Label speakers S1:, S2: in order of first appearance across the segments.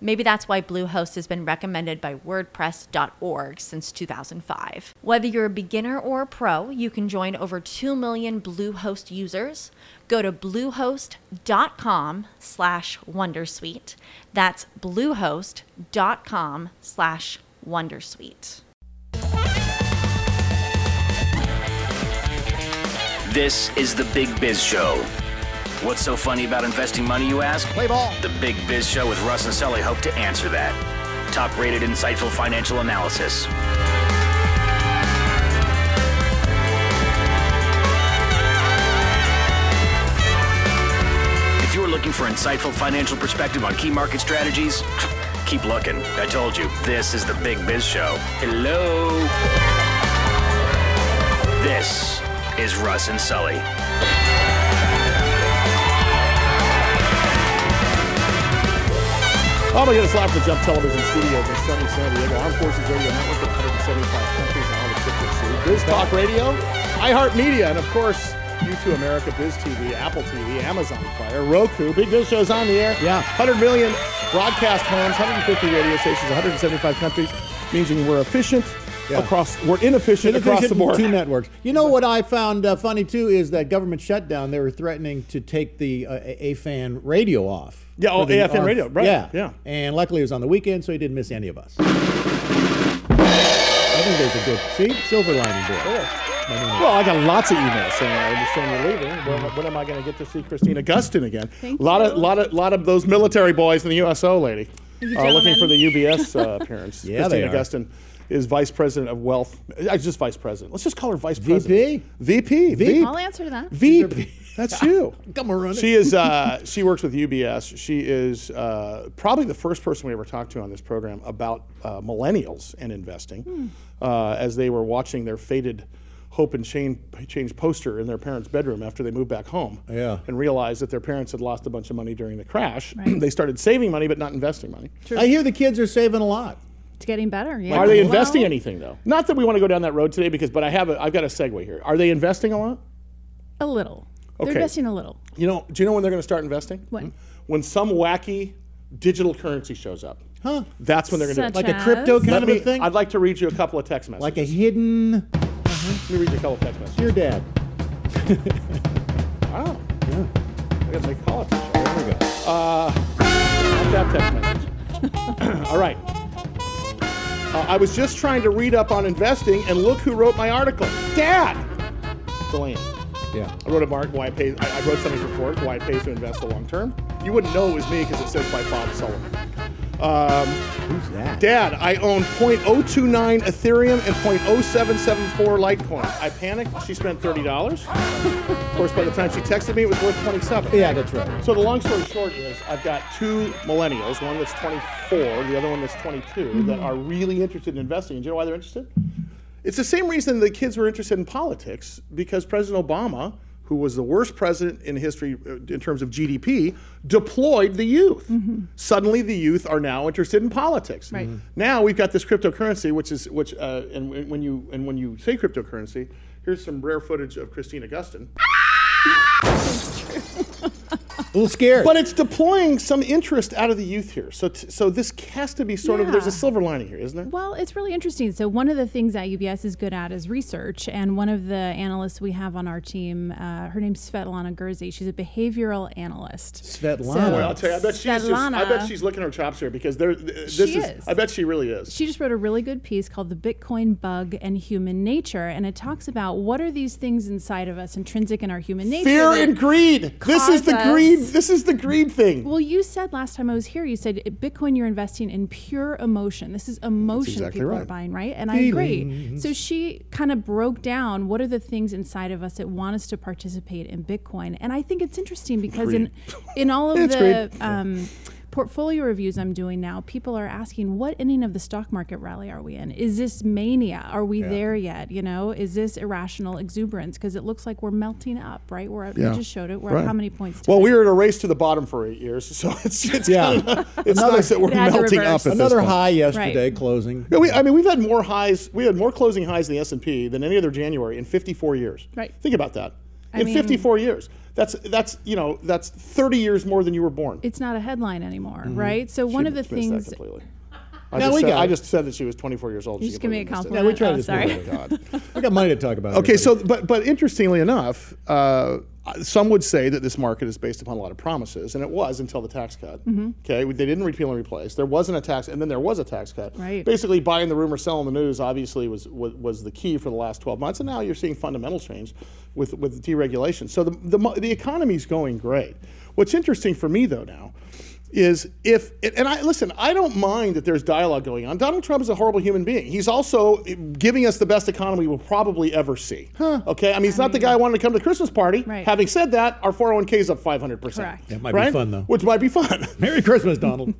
S1: Maybe that's why Bluehost has been recommended by WordPress.org since 2005. Whether you're a beginner or a pro, you can join over 2 million Bluehost users. Go to bluehost.com slash Wondersuite. That's bluehost.com slash Wondersuite.
S2: This is the Big Biz Show. What's so funny about investing money, you ask?
S3: Play ball.
S2: The Big Biz Show with Russ and Sully hope to answer that. Top rated, insightful financial analysis. If you're looking for insightful financial perspective on key market strategies, keep looking. I told you, this is the Big Biz Show. Hello. This is Russ and Sully.
S3: Oh my goodness, live from the Jump Television Studios in sunny San Diego. Armed Forces Radio Network, 175 countries and all the six of cities. Biz Talk Radio, iHeartMedia, and of course, YouTube America, Biz TV, Apple TV, Amazon Fire, Roku. Big Biz Show's on the air.
S4: Yeah.
S3: 100 million broadcast homes, 150 radio stations, 175 countries. Means we're efficient
S4: Yeah.
S3: across, we're inefficient, across the board.
S4: Two networks. You know what I found uh, funny too is that government shutdown. They were threatening to take the uh, A- AFAN radio off.
S3: Yeah, oh,
S4: For the
S3: AFN radio, right,
S4: Yeah,
S3: yeah.
S4: And luckily, it was on the weekend, so he didn't miss any of us. I think there's a good see silver lining there.
S3: Well, I got lots of emails saying I understand you're leaving. When,
S4: Mm-hmm.
S3: when am I going to get to see Christine Augustine again?
S5: Thank
S3: lot of
S5: you.
S3: lot of lot of those military boys in the USO lady
S5: You
S3: are looking
S5: gentlemen.
S3: for the UBS uh, appearance.
S4: Yeah,
S3: Christine
S4: they are.
S3: Augustine is vice president of wealth. Uh, just vice president. Let's just call her vice
S4: VP?
S3: president. VP. VP.
S5: I'll answer to that.
S3: VP. That's you.
S4: Come on, run it.
S3: She is. Uh, she works with UBS. She is uh, probably the first person we ever talked to on this program about uh, millennials and investing,
S5: Hmm.
S3: uh, as they were watching their faded hope and change, change poster in their parents' bedroom after they moved back home.
S4: Yeah.
S3: And realized that their parents had lost a bunch of money during the crash. they started saving money, but not investing money.
S4: I hear the kids are saving a lot.
S5: It's getting better. Yeah.
S3: Are they
S5: Well,
S3: investing anything though? Not that we want to go down that road today, because but I have a, I've got a segue here. Are they investing a lot?
S5: A
S3: Okay.
S5: little.
S3: Mm-hmm.
S5: They're investing a little.
S3: You know, do you know when they're going to start investing?
S5: When?
S3: When some wacky digital currency shows up.
S4: Huh.
S3: That's when they're going to do
S5: Such
S3: it.
S4: Like a crypto
S5: Yes.
S4: kind
S3: Let
S4: of
S3: me-
S4: a thing.
S3: I'd like to read you a couple of text messages.
S4: like a hidden
S3: Let me read you a couple of text messages.
S4: your dad.
S3: Wow. Yeah. I got to make politics.
S4: There we go. Oh,
S3: Not that text message. All right. Uh, I was just trying to read up on investing, and look who wrote my article. Dad. Delaney.
S4: Yeah.
S3: I wrote a mark why it pays. I, I wrote something for Ford why it pays to invest the long term. You wouldn't know it was me because it says by Bob Sullivan. Um,
S4: Who's that?
S3: Dad, I own 0.029 Ethereum and 0.0774 Litecoin. I panicked. She spent thirty dollars. of course, by the time she texted me, it was worth twenty-seven.
S4: Yeah, that's right.
S3: So the long story short is, I've got two millennials, one that's 24, the other one that's 22, that are really interested in investing. And do you know why they're interested? It's the same reason the kids were interested in politics because President Obama, who was the worst president in history uh, in terms of GDP, deployed the youth. Suddenly, the youth are now interested in politics. Mm-hmm.
S5: Right. Mhm.
S3: Now we've got this cryptocurrency, which is which, uh, and w- when you and when you say cryptocurrency, here's some rare footage of Christine Augustin.
S4: A little scared.
S3: But it's deploying some interest out of the youth here. So, t- so this has to be sort of there's a
S5: Yeah.
S3: silver lining here, isn't there?
S5: Well, it's really interesting. So, one of the things that UBS is good at is research. And one of the analysts we have on our team, uh, her name's Svetlana Gursey. She's a behavioral analyst.
S4: Svetlana.
S3: Well, I'll tell you, I bet she's just, I bet
S5: Svetlana-
S3: she's licking her chops here because there. th- This is,
S5: She is.
S3: I bet she really is.
S5: She just wrote a really good piece called The Bitcoin Bug and Human Nature. And it talks about what are these things inside of us, intrinsic in our human nature.
S3: Fear
S5: that-
S3: and greed. This is
S5: cause
S3: the
S5: us-
S3: greed is this is the greed thing.
S5: Well, you said last time I was here, you said Bitcoin, you're investing in pure emotion. This is emotion
S3: exactly
S5: people are
S3: right.
S5: buying, right? And I agree. So she kind of broke down what are the things inside of us that want us to participate in Bitcoin. And I think it's interesting because in, in all of
S3: It's
S5: the
S3: greed.
S5: um, portfolio reviews I'm doing now, people are asking, what inning of the stock market rally are we in? Is this mania? Are we there yet? You know, is this irrational exuberance? Because it looks like we're melting up, right? We're at,
S3: Yeah.
S5: We just showed it. We're at
S3: Right.
S5: how many points?
S3: Well,
S5: tonight?
S3: we were at a race to the bottom for eight years, so it's it's
S4: Yeah.
S3: kinda, it's
S4: Another-
S3: nice that we're
S5: It had to
S3: melting up.
S5: reverse.
S3: At
S4: Another
S3: this point.
S4: high yesterday closing.
S3: Yeah, we, I mean, we've had more highs. We had more closing highs in the S and P than any other January in 54 years.
S5: Right.
S3: Think about that.
S5: I
S3: in
S5: mean-
S3: 54 years, that's that's you know that's 30 years more than you were born.
S5: it's not a headline anymore,
S3: Mm-hmm.
S5: right? So one of the
S3: Dismissed that
S5: things
S3: completely. I,
S4: No,
S3: just
S4: we
S3: said,
S4: got
S3: I
S4: it.
S3: just said that she was 24 years old.
S5: you
S3: She
S5: just give me a
S3: completely
S5: compliment.
S4: Yeah, we tried
S5: oh,
S4: to
S5: sorry.
S4: smooth it
S3: missed it. God.
S4: We got money to talk about.
S3: Okay,
S4: everybody.
S3: so but but interestingly enough, uh, some would say that this market is based upon a lot of promises, and it was until the tax cut.
S5: Mm-hmm.
S3: Okay, they didn't repeal and replace. There wasn't a tax, and then there was a tax cut.
S5: Right.
S3: Basically, buying the rumor, selling the news, obviously was, was was the key for the last 12 months, and now you're seeing fundamental change with with deregulation. So the the mo- the economy's going great. What's interesting for me though now is if and I listen, I don't mind that there's dialogue going on. Donald Trump is a horrible human being. He's also giving us the best economy we'll probably ever see. Okay, I mean, he's not the guy I wanted to come to the Christmas party.
S5: Right.
S3: Having said that, our 401k is up 500. percent
S5: Correct.
S4: That might be fun, though.
S3: Which might be fun.
S4: Merry Christmas, Donald.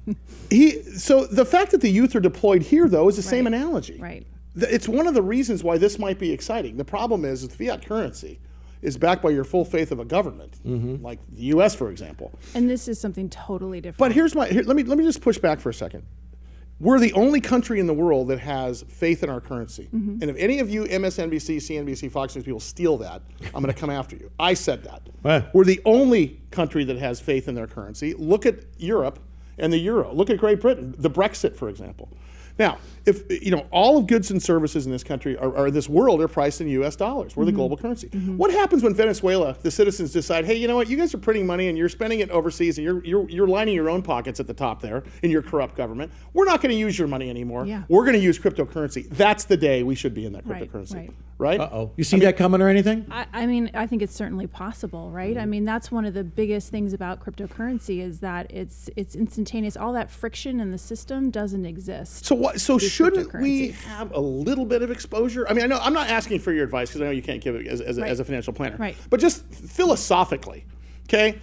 S3: he so the fact that the youth are deployed here though is the same
S5: Right.
S3: analogy.
S5: Right.
S3: Th- It's one of the reasons why this might be exciting. The problem is, with fiat currency is backed by your full faith of a government, like the U.S., for example.
S5: And this is something totally different.
S3: But here's my here, let me let me just push back for a second. We're the only country in the world that has faith in our currency.
S5: Mm-hmm.
S3: And if any of you MSNBC, CNBC, Fox News people steal that, I'm going to come after you. I said that.
S4: Wow.
S3: We're the only country that has faith in their currency. Look at Europe and the euro. Look at Great Britain, the Brexit, for example. Now, if you know all of goods and services in this country or, or this world are priced in U.S. dollars, we're
S5: Mm-hmm.
S3: the global currency. What happens when Venezuela, the citizens decide, hey, you know what, you guys are printing money and you're spending it overseas, and you're you're, you're lining your own pockets at the top there in your corrupt government. We're not going to use your money anymore.
S5: Yeah.
S3: We're going to use cryptocurrency. That's the day we should be in that
S5: Right,
S3: cryptocurrency,
S5: right.
S3: right?
S4: Uh oh. You see that coming or anything?
S5: I, I mean, I think it's certainly possible, right?
S3: Mm-hmm.
S5: I mean, that's one of the biggest things about cryptocurrency is that it's it's instantaneous. All that friction in the system doesn't exist.
S3: So what? So shouldn't we
S5: cryptocurrencies.
S3: have a little bit of exposure? I mean, I know I'm not asking for your advice because I know you can't give it as, as, a, as a
S5: Right.
S3: financial planner.
S5: Right.
S3: But just philosophically, okay,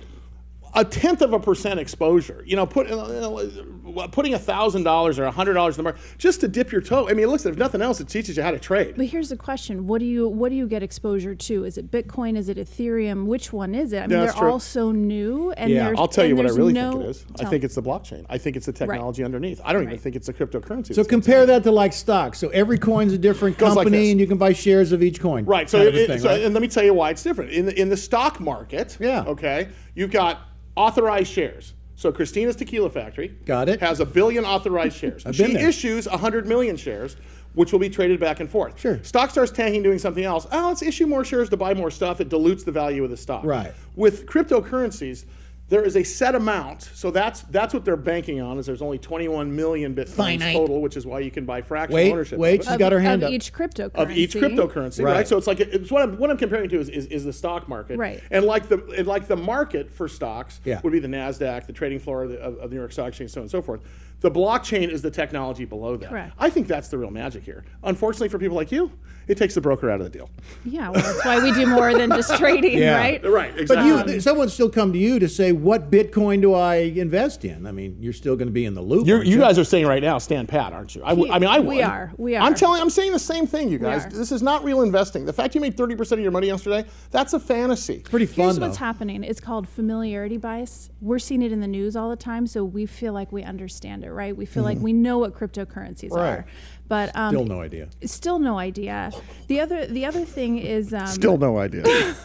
S3: a tenth of a percent exposure. You know, put you know, putting a thousand dollars or a hundred dollars in the market just to dip your toe. I mean, listen, if nothing else, it teaches you how to trade.
S5: But here's the question: What do you what do you get exposure to? Is it Bitcoin? Is it Ethereum? Which one is it? I mean,
S3: Yeah,
S5: they're
S3: that's true.
S5: all so new, and
S4: Yeah,
S5: there's
S3: I'll tell you
S5: and
S3: what I
S5: there's
S3: really
S5: no,
S3: think it is. I
S5: tell-
S3: think it's the blockchain. I think it's the technology underneath. I don't even
S5: Right.
S3: think it's the cryptocurrency.
S4: So
S3: that's gonna
S4: compare that to like stocks. So every coin's a different
S3: Goes like
S4: company,
S3: this.
S4: and you can buy shares of each coin.
S3: Right. So, it,
S4: Kind of a
S3: it-
S4: thing,
S3: so-
S4: right?
S3: and let me tell you why it's different. In the, in the stock market,
S4: Yeah.
S3: okay, you've got authorized shares. So Christina's Tequila Factory
S4: Got it.
S3: has a billion authorized shares.
S4: I've
S3: she
S4: been there.
S3: issues 100 million shares, which will be traded back and forth.
S4: Sure.
S3: Stock starts tanking, doing something else. Oh, let's issue more shares to buy more stuff. It dilutes the value of the stock.
S4: Right.
S3: With cryptocurrencies, there is a set amount. So that's that's what they're banking on. Is there's only 21 million bitcoins
S4: Finite.
S3: total, which is why you can buy fractional
S4: Wait,
S3: ownership. of
S4: wait,
S3: it
S4: she's got her hand
S5: of
S4: up.
S5: each cryptocurrency.
S3: of each cryptocurrency, right?
S4: Right.
S3: So it's like it's what I'm what I'm comparing to is, is, is the stock market,
S5: Right.
S3: And like the and like the market for stocks
S4: Yeah.
S3: would be the Nasdaq, the trading floor of the, of, of the New York Stock Exchange, so on and so forth. The blockchain is the technology below that.
S5: Correct.
S3: I think that's the real magic here. Unfortunately for people like you, it takes the broker out of the deal.
S5: Yeah, well, that's why we do more than just trading,
S4: Yeah.
S5: right?
S3: Right.
S4: But
S3: Exactly.
S4: you, th- someone's still come to you to say, "What Bitcoin do I invest in?" I mean, you're still going to be in the loop.
S3: You're,
S4: aren't
S3: you guys are saying right now, stand pat, aren't you? I, w- I mean, I would.
S5: We are. We are.
S3: I'm telling. I'm saying the same thing, you guys.
S5: are.
S3: This is not real investing. The fact you made 30 percent of your money yesterday, that's a fantasy.
S4: pretty fun
S5: Here's
S4: though.
S5: what's happening. It's called familiarity bias. We're seeing it in the news all the time, so we feel like we understand it, right? We feel like we know what cryptocurrencies
S4: Mm-hmm. Right.
S5: are, but um,
S4: Still no idea.
S5: still no idea. The other the other thing is um,
S3: Still no idea.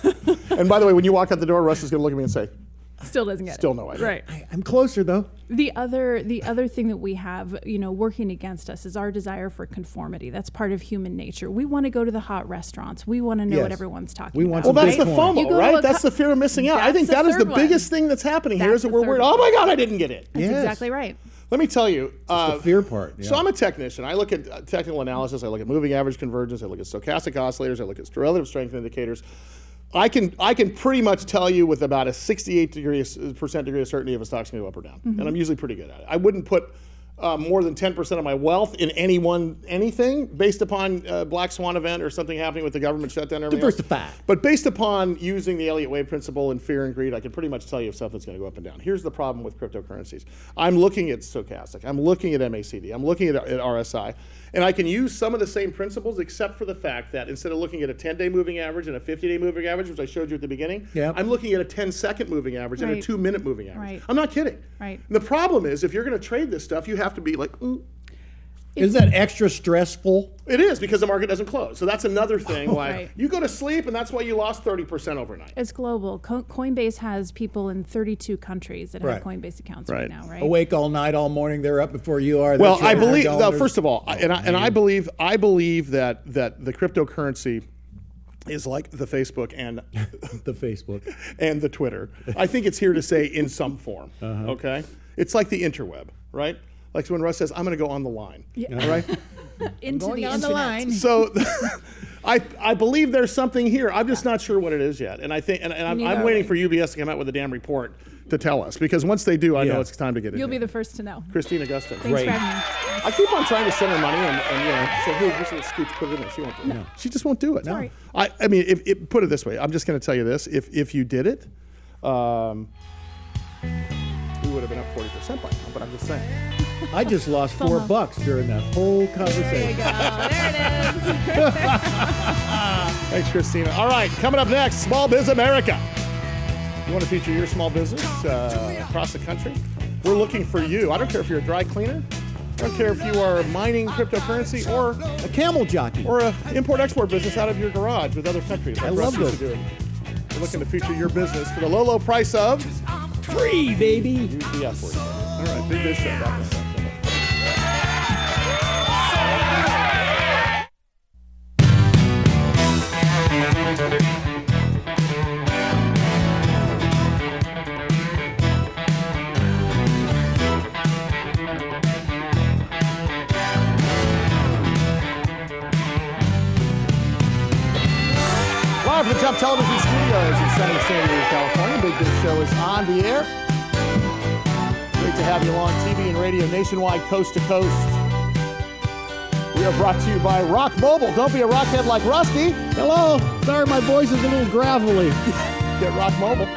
S3: and by the way, when you walk out the door, Russ is going to look at me and say,
S5: still doesn't get
S3: Still
S5: it.
S3: no idea.
S5: Right.
S4: I, I'm closer though.
S5: The other the other thing that we have, you know, working against us is our desire for conformity. That's part of human nature. We want to go to the hot restaurants. We want to know
S4: Yes.
S5: what everyone's talking
S4: We want
S5: about.
S3: Well,
S4: some
S3: that's the
S4: Bitcoin.
S5: You
S3: FOMO,
S5: go to
S3: right?
S5: a
S3: That's
S5: co-
S3: the fear of missing out. I
S5: That's
S3: think
S5: the
S3: that is the
S5: third one.
S3: biggest thing that's happening here
S5: That's
S3: is that
S5: the
S3: we're
S5: third
S3: worried.
S5: one.
S3: Oh my God, I didn't get it.
S5: That's
S4: Yes.
S5: exactly right.
S3: Let me tell you. uh,
S4: the fear part. Yeah.
S3: So I'm a technician. I look at uh, technical analysis. I look at moving average convergence. I look at stochastic oscillators. I look at relative strength indicators. I can I can pretty much tell you with about a 68 degree percent degree of certainty if a stock's going to go up or down,
S4: Mm-hmm.
S3: and I'm usually pretty good at it. I wouldn't put uh, more than 10 percent of my wealth in any one anything based upon uh, black swan event or something happening with the government shutdown. Or everything else.
S4: Diversify.
S3: But based upon using the Elliott Wave principle and fear and greed, I can pretty much tell you if something's going to go up and down. Here's the problem with cryptocurrencies. I'm looking at stochastic. I'm looking at MACD. I'm looking at, at RSI. And I can use some of the same principles, except for the fact that instead of looking at a 10 day moving average and a 50 day moving average, which I showed you at the beginning,
S4: Yep.
S3: I'm looking at a 10 second moving average and a
S5: Right.
S3: two minute moving average.
S5: Right.
S3: I'm not kidding.
S5: Right.
S3: The problem is, if you're going to trade this stuff, you have to be like, "Ooh,
S4: Is that extra stressful?
S3: it is because the market doesn't close. So that's another thing why
S5: Right.
S3: you go to sleep and that's why you lost 30% overnight.
S5: It's global. Co- Coinbase has people in 32 countries that
S4: Right.
S5: have Coinbase accounts right,
S3: Right.
S5: now, right?
S4: Awake all night, all morning. They're up before you are.
S3: Well, I believe. Now, first of all, I- and I, and I believe I believe that that the cryptocurrency is like the Facebook and
S4: the Facebook.
S3: and the Twitter. I think it's here to say in some form. Okay, it's like the interweb, right? Like when Russ says, "I'm going to go on the line," all right?
S5: Into the
S4: on
S5: internet.
S4: the line.
S3: So. I, I believe there's something here. I'm just not sure what it is yet, and I think and, and I'm,
S5: Neither
S3: I'm
S5: are
S3: waiting
S5: we.
S3: for UBS to come out with a damn report to tell us because once they do, I
S4: Yeah.
S3: know it's time to get it.
S5: You'll be the first to know.
S3: Christine Augustine.
S5: Thanks
S4: Great.
S5: for having me.
S3: I keep on trying to send her money and, and you know, say, hey, here's a little scooch, put it in there. She won't do it. She just won't do it.
S5: all right.
S3: I, I mean, if, if, put it this way, I'm just going to tell you this. If, if you did it, um, we would have been up 40% by now, but I'm just saying.
S4: I just lost four
S5: FOMO.
S4: bucks during that whole conversation.
S3: Thanks, Christina. All right, coming up next, Small Biz America. You want to feature your small business uh, across the country? We're looking for you. I don't care if you're a dry cleaner. I don't care if you are mining cryptocurrency or
S4: A camel jockey.
S3: or a import-export business out of your garage with other countries. Like
S4: I love
S3: Russia used
S4: those.
S3: to do. We're looking to feature your business for the low, low price of
S4: free, baby.
S3: use the F word. All right, big biz show. Back in a second. Live from the Jump Television Studios in sunny San Diego, California. Big Biz Show is on the air. Great to have you along TV and radio nationwide, coast to coast. We are brought to you by Rock Mobile. Don't be a rockhead like Rusty.
S4: Hello. Sorry, my voice is a little gravelly.
S3: Get Rock Mobile.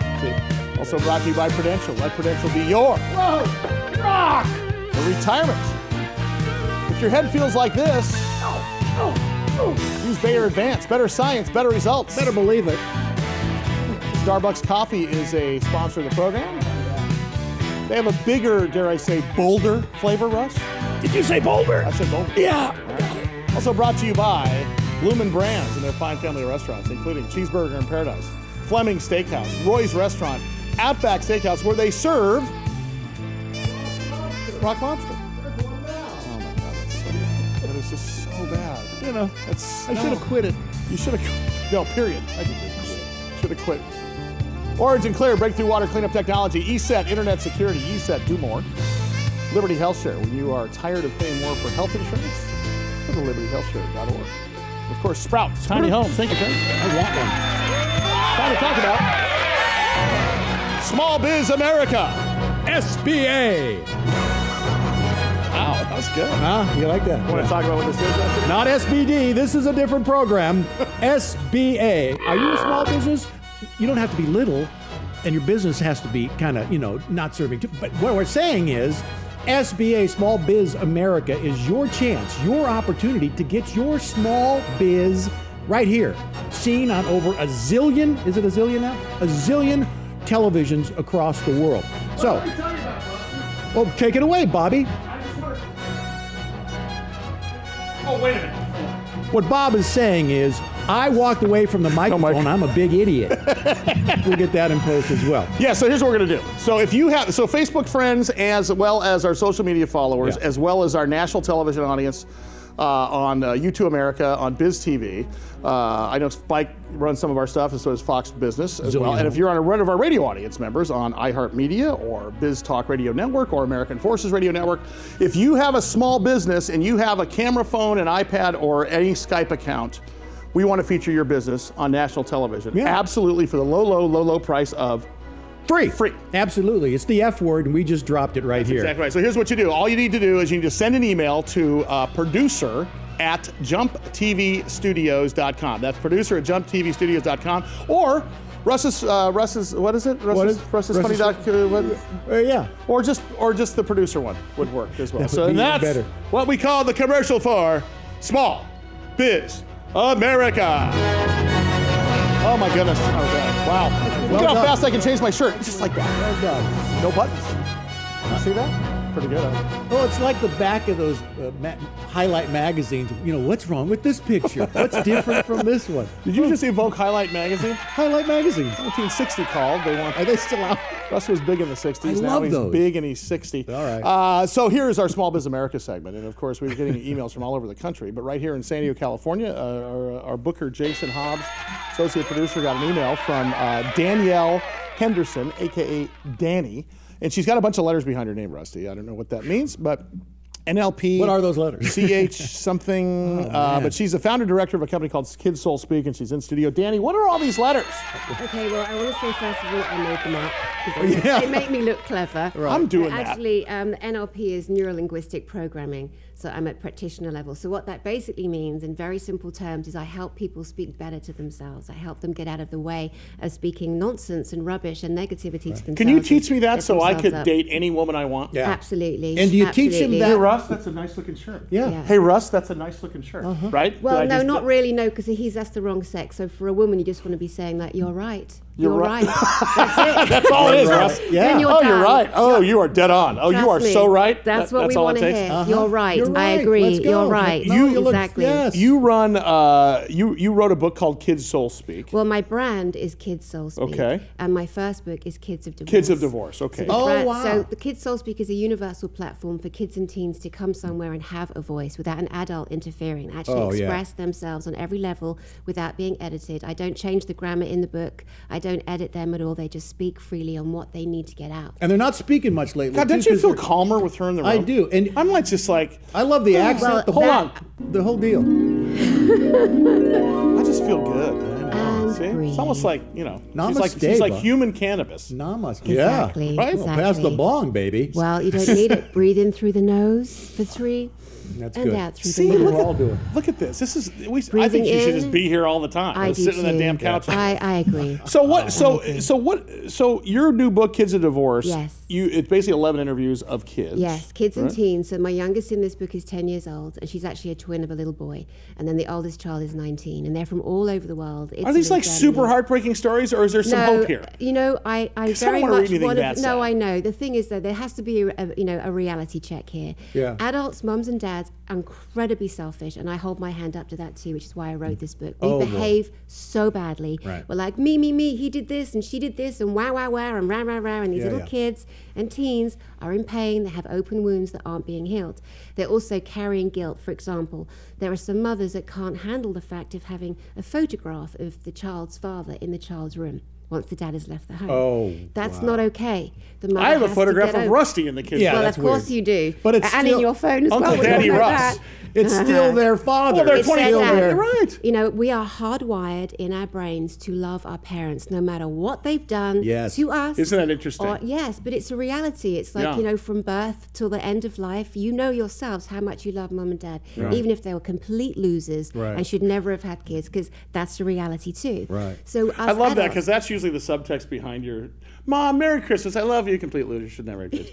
S3: Also brought to you by Prudential. Let Prudential be your rock for retirement. If your head feels like this,
S4: Oh,
S3: use Bayer Advance. Better science, better results.
S4: Better believe it.
S3: Starbucks Coffee is a sponsor of the program. They have a bigger, dare I say, bolder flavor, Russ.
S2: Did you say Boulder?
S3: I said bolder.
S2: yeah.
S3: Also brought to you by Lumen Brands and their fine family restaurants, including Cheeseburger in Paradise, Fleming Steakhouse, Roy's Restaurant, Outback Steakhouse, where they serve rock lobster. Oh my God, that's so bad. That is just so bad.
S4: You know,
S3: That's
S4: I should have quit it.
S3: You should have. No, period. I should have quit. Origin Clear, breakthrough water cleanup technology, E ESET, internet security, E ESET, do more. Liberty Health Share, when you are tired of paying more for health insurance, go to libertyhealthshare.org. Of course, Sprout, tiny homes. Thank you, Ken. I want one. Time to talk about Small Biz America.
S4: SBA.
S3: Wow, that's good.
S4: Huh? You like that?
S3: Want to talk about what this is? Justin?
S4: Not SBD. This is a different program. SBA. Are you a small business? You don't have to be little, and your business has to be kind of, you know, not serving. Too. But what we're saying is SBA, Small Biz America, is your chance, your opportunity to get your small biz right here, seen on over a zillion, is it a zillion now? A zillion televisions across the world. So, well, take it away, Bobby. What Bob is saying is, I walked away from the microphone. I'm a big idiot. we'll get that in post as well.
S3: Yeah, so here's what we're going to do. So if you have so Facebook friends as well as our social media followers
S4: Yeah.
S3: as well as our national television audience uh, on uh, U2 America on Biz TV. Uh, I know Spike runs some of our stuff, and so does Fox Business as well.
S4: Zillion.
S3: And if you're on a run of our radio audience members on iHeartMedia or Biz Talk Radio Network or American Forces Radio Network, if you have a small business and you have a camera phone, an iPad, or any Skype account, we want to feature your business on national television.
S4: Yeah.
S3: Absolutely for the low, low, low, low price of
S4: Free.
S3: Free.
S4: Absolutely. It's the F word, and we just dropped it right here.
S3: Exactly right. So here's what you do. All you need to do is you need to send an email to uh, producer at jumptvstudios.com. That's producer at jumptvstudios.com. Or Russ's, uh, Russ's, what is it? Russ's,
S4: What is-
S3: Russ's, funny
S4: Russ's-
S3: doc. Uh, what-
S4: Uh, yeah.
S3: or just, or just the producer one would work as well.
S4: That would
S3: so
S4: be even
S3: that's
S4: better.
S3: what we call the commercial for Small Biz America. Oh my goodness. Oh, God. Wow. Look at how
S4: done.
S3: fast I can change my shirt. Just like that.
S4: Well done.
S3: No buttons. You see that? Pretty good. huh?
S4: Well, Oh, it's like the back of those uh, ma- highlight magazines. You know, what's wrong with this picture? What's different from this one?
S3: Did you just evoke Highlight Magazine?
S4: Highlight magazines.
S3: 1960 called. They want.
S4: Are they still out?
S3: Russ was big in the 60s.
S4: I
S3: now
S4: love
S3: he's
S4: those.
S3: big and he's 60.
S4: All right.
S3: Uh, so here is our Small Biz America segment, and of course we were getting emails from all over the country. But right here in San Diego, California, uh, our, our booker Jason Hobbs, associate producer, got an email from uh, Danielle Henderson, aka Danny, and she's got a bunch of letters behind her name, Rusty. I don't know what that means, but. NLP.
S4: What are those letters? Oh,
S3: CH something. uh, but she's the founder and director of a company called Kids Soul Speak, and she's in studio. Danny, what are all these letters?
S6: Okay, well, I want to say first of all, I made them up because they,
S3: Oh, Yeah.
S6: they make me look clever.
S3: I'm doing
S6: But
S3: that.
S6: actually, um, NLP is neuro linguistic programming, so I'm at practitioner level. So what that basically means, in very simple terms, is I help people speak better to themselves. I help them get out of the way of speaking nonsense and rubbish and negativity to themselves.
S3: Can you
S6: and
S3: teach me that
S6: get
S3: so I
S6: themselves
S3: could
S6: up.
S3: date any woman I want?
S4: Yeah.
S6: Absolutely.
S4: And do you teach them
S6: absolutely.
S4: that- Hey,
S3: Russ, that's a nice looking shirt.
S4: Yeah. Uh-huh.
S6: Yeah.
S3: Hey Russ, that's a nice looking shirt. Right?
S6: Well,
S3: Did I
S6: no,
S3: just-
S6: not really, no, because he's that's the wrong sex. So for a woman, you just want to be saying like, "You're right,
S3: You're
S6: you're,
S3: right."
S6: right." That's it.
S3: That's all it is, Russ.
S4: Yeah.
S6: Then you're
S3: oh, you're
S6: done.
S3: right. Oh, you are dead on. Oh, you
S6: Trust
S3: are
S6: me.
S3: so right.
S6: That's
S3: That-
S6: what we
S3: all it
S6: want to
S3: takes. Uh-huh.
S6: hear.
S4: Uh,
S6: You're, right.
S4: You're
S6: I
S4: right.
S6: agree.
S4: Let's go.
S6: You're right.
S4: No, you look-
S6: exactly.
S4: yes.
S3: You run. Uh, you you wrote a book called Kids Soul Speak.
S6: Well, my brand is Kids Soul Speak.
S3: Okay.
S6: And my first book is Kids of Divorce.
S3: Kids of Divorce. Okay.
S6: the
S4: Oh,
S6: brand-
S4: wow.
S6: So the Kids Soul Speak is a universal platform for kids and teens to come somewhere and have a voice without an adult interfering, actually
S4: Oh, yeah.
S6: express themselves on every level without being edited. I don't change the grammar in the book. I don't edit them at all. They just speak freely on what they need to get out.
S4: And they're not speaking much lately.
S3: God,
S4: too,
S3: don't you
S4: 'cause
S3: feel
S4: they're-
S3: calmer with her in the room?
S4: I do, and-
S3: I'm like just like
S4: I love the accent.
S6: Oh, Well,
S4: the whole
S6: that-
S4: The whole deal.
S3: I just feel good. man.
S6: And
S3: See? It's
S6: breathe.
S3: almost like you know. she's like
S4: Namaste,
S3: she's like
S4: bud.
S3: human cannabis.
S4: Namaste.
S6: Exactly,
S4: Yeah. Well, pass the
S6: exactly.
S4: bong, baby.
S6: Well, you don't need it. Breathe in through the nose for three,
S4: That's
S6: and
S4: good.
S6: out through
S3: See,
S4: we're
S6: the mouth.
S3: look at,
S4: all doing.
S3: look at this. This is. We, I
S6: Breathing
S3: think you should
S6: in.
S3: just be here all the time.
S6: I do
S3: sitting on that
S6: too.
S3: damn couch.
S6: I, I agree.
S3: So
S4: Oh,
S3: what? So so what? So your new book, Kids of Divorce.
S6: Yes.
S3: You it's basically eleven interviews of kids.
S6: Yes, kids and teens. So my youngest in this book is 10 years old, and she's actually a twin of a little boy. And then the oldest child is 19, and they're from all over the world.
S3: Are
S6: Italy,
S3: these like
S6: Germany.
S3: super heartbreaking stories, or is there some
S6: no,
S3: hope here?
S6: You know, I, I
S3: Because I don't
S6: very
S3: wanna read
S6: much
S3: anything
S6: want
S3: that
S6: to. No,
S3: sad.
S6: I know. The thing is, though, there has to be a, a- you know a reality check here.
S4: Yeah.
S6: Adults, mums, and dads, are incredibly selfish, and I hold my hand up to that too, which is why I wrote this book. We
S4: Oh, boy.
S6: behave so badly.
S4: Right.
S6: We're like me, me, me. He did this, and she did this, and wow, wow, wow, and rah, rah, rah, and these
S4: Yeah,
S6: little
S4: yeah.
S6: kids and teens are in pain. They have open wounds that aren't being healed. They're also carrying guilt. For example, there are some mothers that can't handle the fact of having a photograph of the child's father in the child's room once the dad has left the home.
S4: Oh,
S6: that's not okay. The mother
S3: I have a
S6: has to
S3: photograph
S6: get
S3: of
S6: over-
S3: Rusty in the kids.
S4: Yeah,
S6: Well,
S4: that's
S6: of course
S4: weird.
S6: you do.
S4: But it's
S6: and
S4: still-
S6: in your phone as
S3: Uncle
S6: well. we
S3: Daddy
S6: all know
S3: Russ.
S6: that. Uh-huh.
S4: It's still their father.
S3: Well, they're
S4: It's
S3: 20
S4: still
S6: their
S3: years
S6: dad.
S3: old.
S4: their-
S3: You're right.
S6: You know, we are hardwired in our brains to love our parents no matter what they've done
S4: Yes.
S6: to us.
S3: Isn't that interesting?
S6: or- yes, but it's a reality. It's like,
S3: Yeah.
S6: you know, from birth till the end of life, you know yourselves how much you love mum and dad, even if they were complete losers
S4: Right.
S6: and should never have had kids, because that's the reality too.
S4: Right.
S6: So
S3: I love that because that's usually the subtext behind your "Mom, Merry Christmas, I love you." Complete loser should never have kids.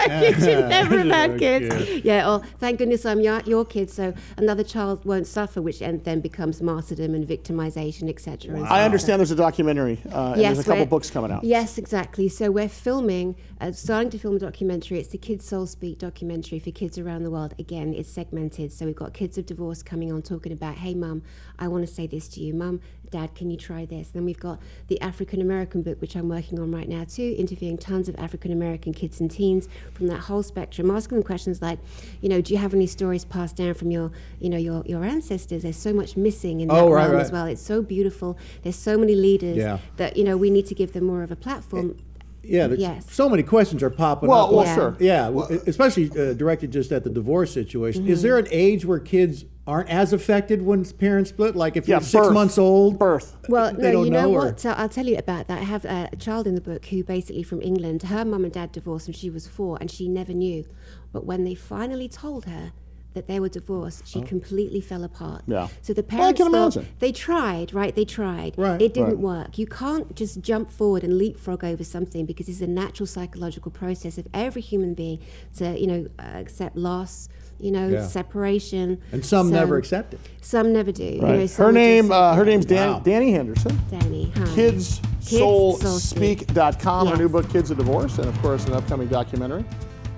S6: should never have had kids. Yeah, or thank goodness I'm your, your kid, so another child won't suffer, which and then becomes martyrdom and victimization, etc. and so
S3: I
S6: on.
S3: understand there's a documentary uh, and there's a couple
S6: we're-
S3: books coming out.
S6: Yes, exactly. So we're filming, uh, starting to film a documentary. It's the Kids Soul Speak documentary for kids around the world. Again, it's segmented. So we've got kids of divorce coming on talking about, hey, mum, I want to say this to you. Mum, dad, can you try this? Then we've got the African American book, which I'm working on right now too, interviewing tons of African American kids and teens from that whole spectrum, asking them questions like, you know, do you have any stories passed down from your, you know, your, your ancestors? There's so much missing in that
S4: Oh, right,
S6: realm
S4: right.
S6: as well. It's so beautiful. There's so many leaders
S4: Yeah.
S6: that you know we need to give them more of a platform.
S4: Yeah, there's
S6: Yes.
S4: so many questions are popping
S3: Well,
S4: up. e-,
S3: well,
S6: Yeah.
S3: sure.
S6: Mm-hmm.
S4: Yeah, w especially uh, directed just at the divorce situation. Is there an age where kids aren't as affected when parents split. Like if
S3: Yeah,
S4: you're six
S3: birth.
S4: months old,
S3: Birth.
S6: Well,
S4: they
S6: no,
S4: don't
S6: you know,
S4: or-
S6: what? uh, So I'll tell you about that. I have a, a child in the book who basically from England, her mum and dad divorced when she was four and she never knew. But when they finally told her that they were divorced, she completely fell apart.
S3: Yeah.
S6: So the
S3: Well, I
S6: parents
S3: can
S6: thought-
S3: imagine.
S6: they tried, right? They tried.
S4: Right.
S6: It didn't
S3: Right.
S6: work. You can't just jump forward and leapfrog over something because it's a natural psychological process of every human being to, you know, uh, accept loss, you know,
S4: Yeah.
S6: separation.
S4: and some never accept it.
S6: Some never do. you know,
S3: Right.
S6: some
S3: her
S6: just-
S3: name. Uh, her name's Dan,
S4: Wow.
S3: Danny Henderson.
S6: Danny. Hi.
S3: Kids Soul Speak.com. Her
S6: Yes.
S3: new book, Kids a Divorce, and of course, an upcoming documentary.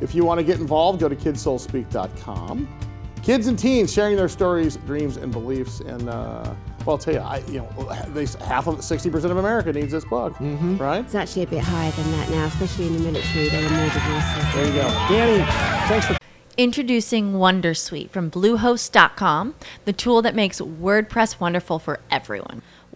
S3: If you want to get involved, go to kidsoulspeak.com. Kids and teens sharing their stories, dreams, and beliefs. And uh, well, I'll tell you, I, you know, they, half of sixty percent of America needs this book, right?
S6: It's actually a bit higher than that now, especially in the military. There are more divorces.
S3: There you go, Danny. Thanks for
S1: Introducing Wondersuite from Bluehost.com, the tool that makes WordPress wonderful for everyone.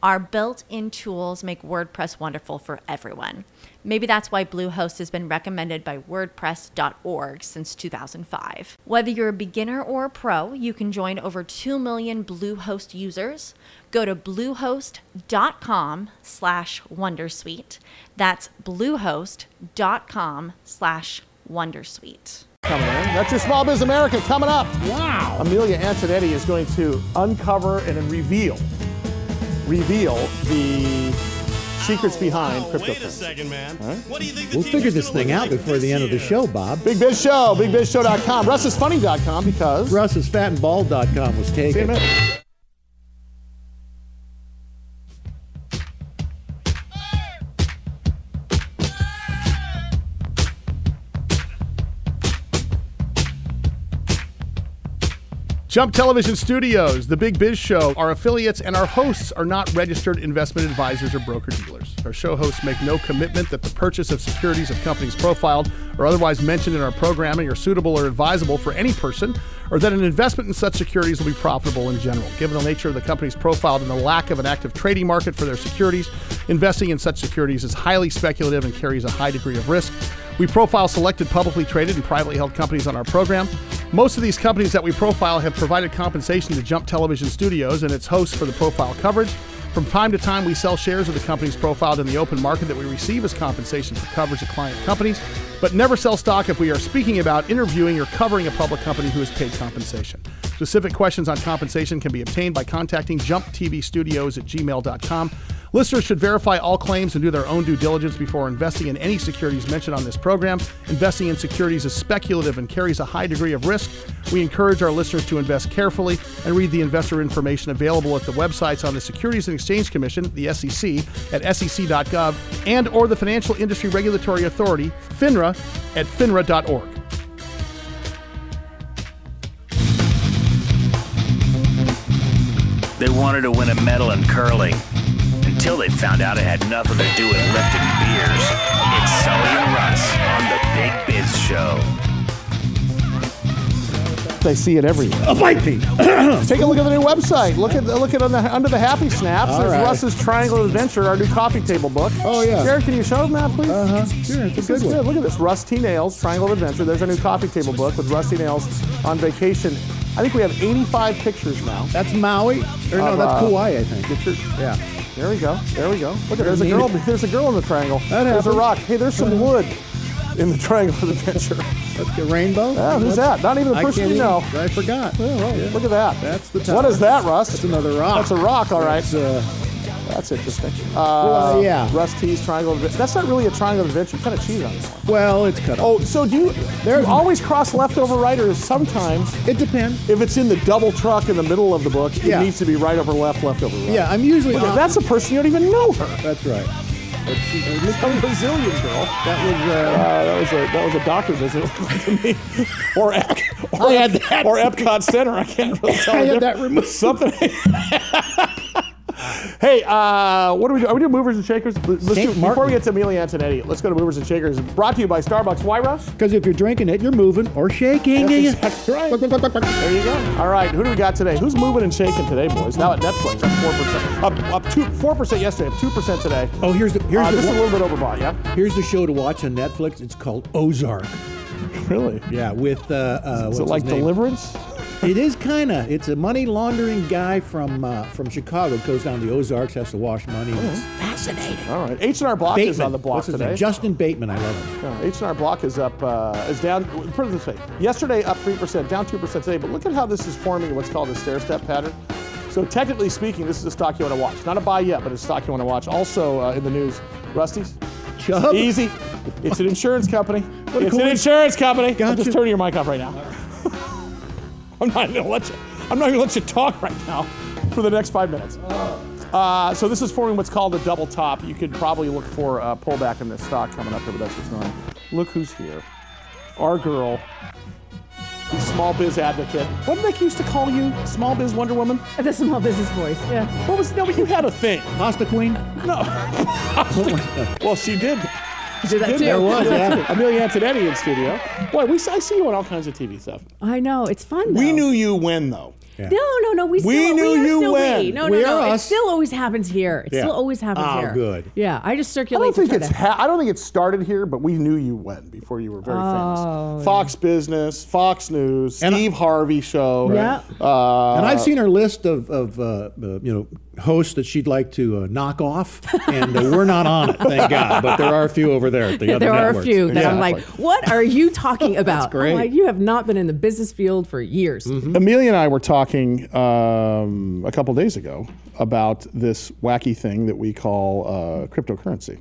S1: Our built in tools make WordPress wonderful for everyone. Maybe that's why Bluehost has been recommended by WordPress.org since 2005. Whether you're a beginner or a pro, you can join over 2 million Bluehost users. Go to bluehost.com slash Wondersuite. That's bluehost.com slash Wondersuite.
S3: coming in. That's your Small Biz America coming up. Wow. Amelia Antonetti is going to uncover and then reveal, reveal the secrets behind
S7: Oh, Wait a
S3: cryptocurrency.
S7: second, man. What do you think the
S4: We'll
S7: team
S4: figure
S7: is
S4: this
S7: gonna
S4: thing
S7: look
S4: out
S7: like
S4: before the
S7: this
S4: end of the
S7: year?
S4: show, Bob.
S3: Big Biz Show, BigBizShow.com, RussIsFunny.com because
S4: Russ is fatandbald.com was
S3: See you
S4: taken.
S3: in a minute. Jump Television Studios, The Big Biz Show, our affiliates, and our hosts are not registered investment advisors or broker dealers. Our show hosts make no commitment that the purchase of securities of companies profiled or otherwise mentioned in our programming are suitable or advisable for any person, or that an investment in such securities will be profitable in general. Given the nature of the companies profiled and the lack of an active trading market for their securities, investing in such securities is highly speculative and carries a high degree of risk. We profile selected publicly traded and privately held companies on our program. Most of these companies that we profile have provided compensation to Jump Television Studios and its hosts for the profile coverage. From time to time, we sell shares of the companies profiled in the open market that we receive as compensation for coverage of client companies, but never sell stock if we are speaking about, interviewing, or covering a public company who has paid compensation. Specific questions on compensation can be obtained by contacting jumptvstudios at gmail.com. Listeners should verify all claims and do their own due diligence before investing in any securities mentioned on this program. Investing in securities is speculative and carries a high degree of risk. We encourage our listeners to invest carefully and read the investor information available at the websites on the Securities and Exchange Commission, the SEC, at E sec.gov and or the Financial Industry Regulatory Authority, FINRA, at finra.org.
S2: They wanted to win a medal in curling until they found out it had nothing to do with lifting beers. It's Sully and Russ on the Big Biz Show.
S3: They see it everywhere.
S4: A bite me.
S6: Uh-huh.
S3: Take a look at the new website. Look at look at under the, under the happy snaps.
S4: All
S3: There's
S4: right.
S3: Russ's Triangle Adventure, our new coffee table book.
S4: Oh, yeah.
S3: Jared, can you show them that, please?
S4: Uh-huh. Sure, it's a
S3: This
S4: good
S3: is
S4: one.
S3: good. Look at this, Rusty Nails Triangle Adventure. There's our new coffee table book with Rusty Nails on vacation. I think we have 85 pictures now.
S4: That's Maui. Or no,
S3: Of,
S4: that's
S3: uh,
S4: Kauai, I think.
S3: Get your-
S4: Yeah.
S3: There we go. There we go. Look at there's a
S4: Mean
S3: girl.
S4: it.
S3: There's a girl in the triangle.
S4: That Uh-huh.
S3: there's a
S4: happens.
S3: rock. Hey, there's some wood in the Triangle Adventure.
S4: That's the rainbow.
S3: Yeah, who's
S4: That's-
S3: that? Not even the
S4: I
S3: person
S4: can't
S3: you know.
S4: even- I forgot. Yeah.
S3: Look at that.
S4: That's the
S3: What
S4: tower.
S3: is that, Russ?
S4: That's another rock.
S3: That's a rock, all right.
S4: That's, uh,
S3: That's interesting. Um,
S4: Well, yeah.
S3: Russ T's Triangle Adventure. That's not really a Triangle Adventure. You kind of cheated on that one.
S4: well, it's cut off.
S3: Oh, so do you, do you
S4: There's-
S3: always cross leftover right, or sometimes
S4: It depends.
S3: if it's in the double truck in the middle of the book, it
S4: Yeah.
S3: needs to be right over left, left over right?
S4: Yeah, I'm usually.
S3: Look,
S4: on-
S3: that's a person you don't even know her.
S4: That's right.
S3: But she, some Brazilian girl. That was uh, that was a that was a doctor visit to me, or Ep- or,
S4: I had that.
S3: or Epcot Center. I can't really tell.
S4: I
S3: the
S4: had
S3: difference.
S4: that removed.
S3: Something. hey, uh, what do we do? Are we doing movers and shakers? Let's do,
S4: Saint
S3: before
S4: Martin.
S3: we get to Amelia Antonetti, let's go to movers and shakers. Brought to you by Starbucks. Why rush?
S4: Because if you're drinking it, you're moving or shaking.
S3: That's right. There you go. All right, who do we got today? Who's moving and shaking today, boys? Now at Netflix, up four percent, up up two four percent yesterday, up two percent today.
S4: Oh, here's the here's
S3: Uh,
S4: the
S3: this is a
S4: one-
S3: little bit overbought, yeah.
S4: here's the show to watch on Netflix. It's called Ozark.
S3: Really?
S4: Yeah, with uh, uh,
S3: Is
S4: what's
S3: it
S4: his
S3: like
S4: name?
S3: Deliverance?
S4: It is kind of. It's a money laundering guy from uh, from Chicago. Goes down to the Ozarks, has to wash money. It's fascinating.
S3: All right. H and R Block
S4: Bateman
S3: Oh. is on the block
S4: What's his
S3: today.
S4: name? Justin Bateman. I love him.
S3: H and R Block is up, uh, is down. Put it this way: yesterday up three percent, down two percent today. But look at how this is forming what's called a stair step pattern. So technically speaking, this is a stock you want to watch. Not a buy yet, but it's a stock you want to watch. Also uh, in the news, Rusty's.
S4: Chubb.
S3: Easy. It's an insurance company.
S4: a
S3: it's an
S4: coinc-
S3: insurance company. I'm just
S4: Gotcha.
S3: turning your mic off right now. I'm not gonna let you. I'm not gonna let you talk right now for the next five minutes. Uh, so this is forming what's called a double top. You could probably look for a pullback in this stock coming up here, but that's what's going on. Look who's here. Our girl, the small biz advocate. What did Nick used to call you? Small biz Wonder Woman?
S7: The small business voice. Yeah.
S3: What was? No, but you had a thing.
S4: Pasta Queen.
S3: No. well, she did.
S7: Did that
S4: There was. Yeah.
S3: Amelia Antonetti in studio. Boy, we, I see you on all kinds of TV stuff.
S7: I know. It's fun. Though.
S3: We knew you when, though.
S4: Yeah.
S7: No, no, no. We,
S3: We
S7: still,
S3: knew
S7: we are
S3: you
S7: still
S3: when.
S7: We. No,
S4: We
S7: no,
S4: are
S7: no.
S4: us.
S7: It still always happens here. It
S4: Yeah.
S7: still always happens
S4: Oh,
S7: here.
S4: good.
S7: Yeah. I just
S3: I
S7: circulate.
S3: don't think
S7: to try
S3: it's.
S7: to-
S3: Ha- I don't think it started here, but we knew you when before you were very famous. Fox Business, Fox News,
S4: And I-
S3: Steve Harvey Show.
S7: Yeah.
S3: Uh,
S4: And I've seen her list of, of uh, uh, you know hosts that she'd like to uh, knock off, and uh, we're not on it, thank God. But there are a few over there at the other
S7: there are a
S4: networks.
S7: few that
S3: Yeah.
S7: I'm like, what are you talking about? I'm
S4: great.
S7: like, you have not been in the business field for years.
S8: Mm-hmm.
S3: Amelia and I were talking um, a couple days ago about this wacky thing that we call uh, cryptocurrency.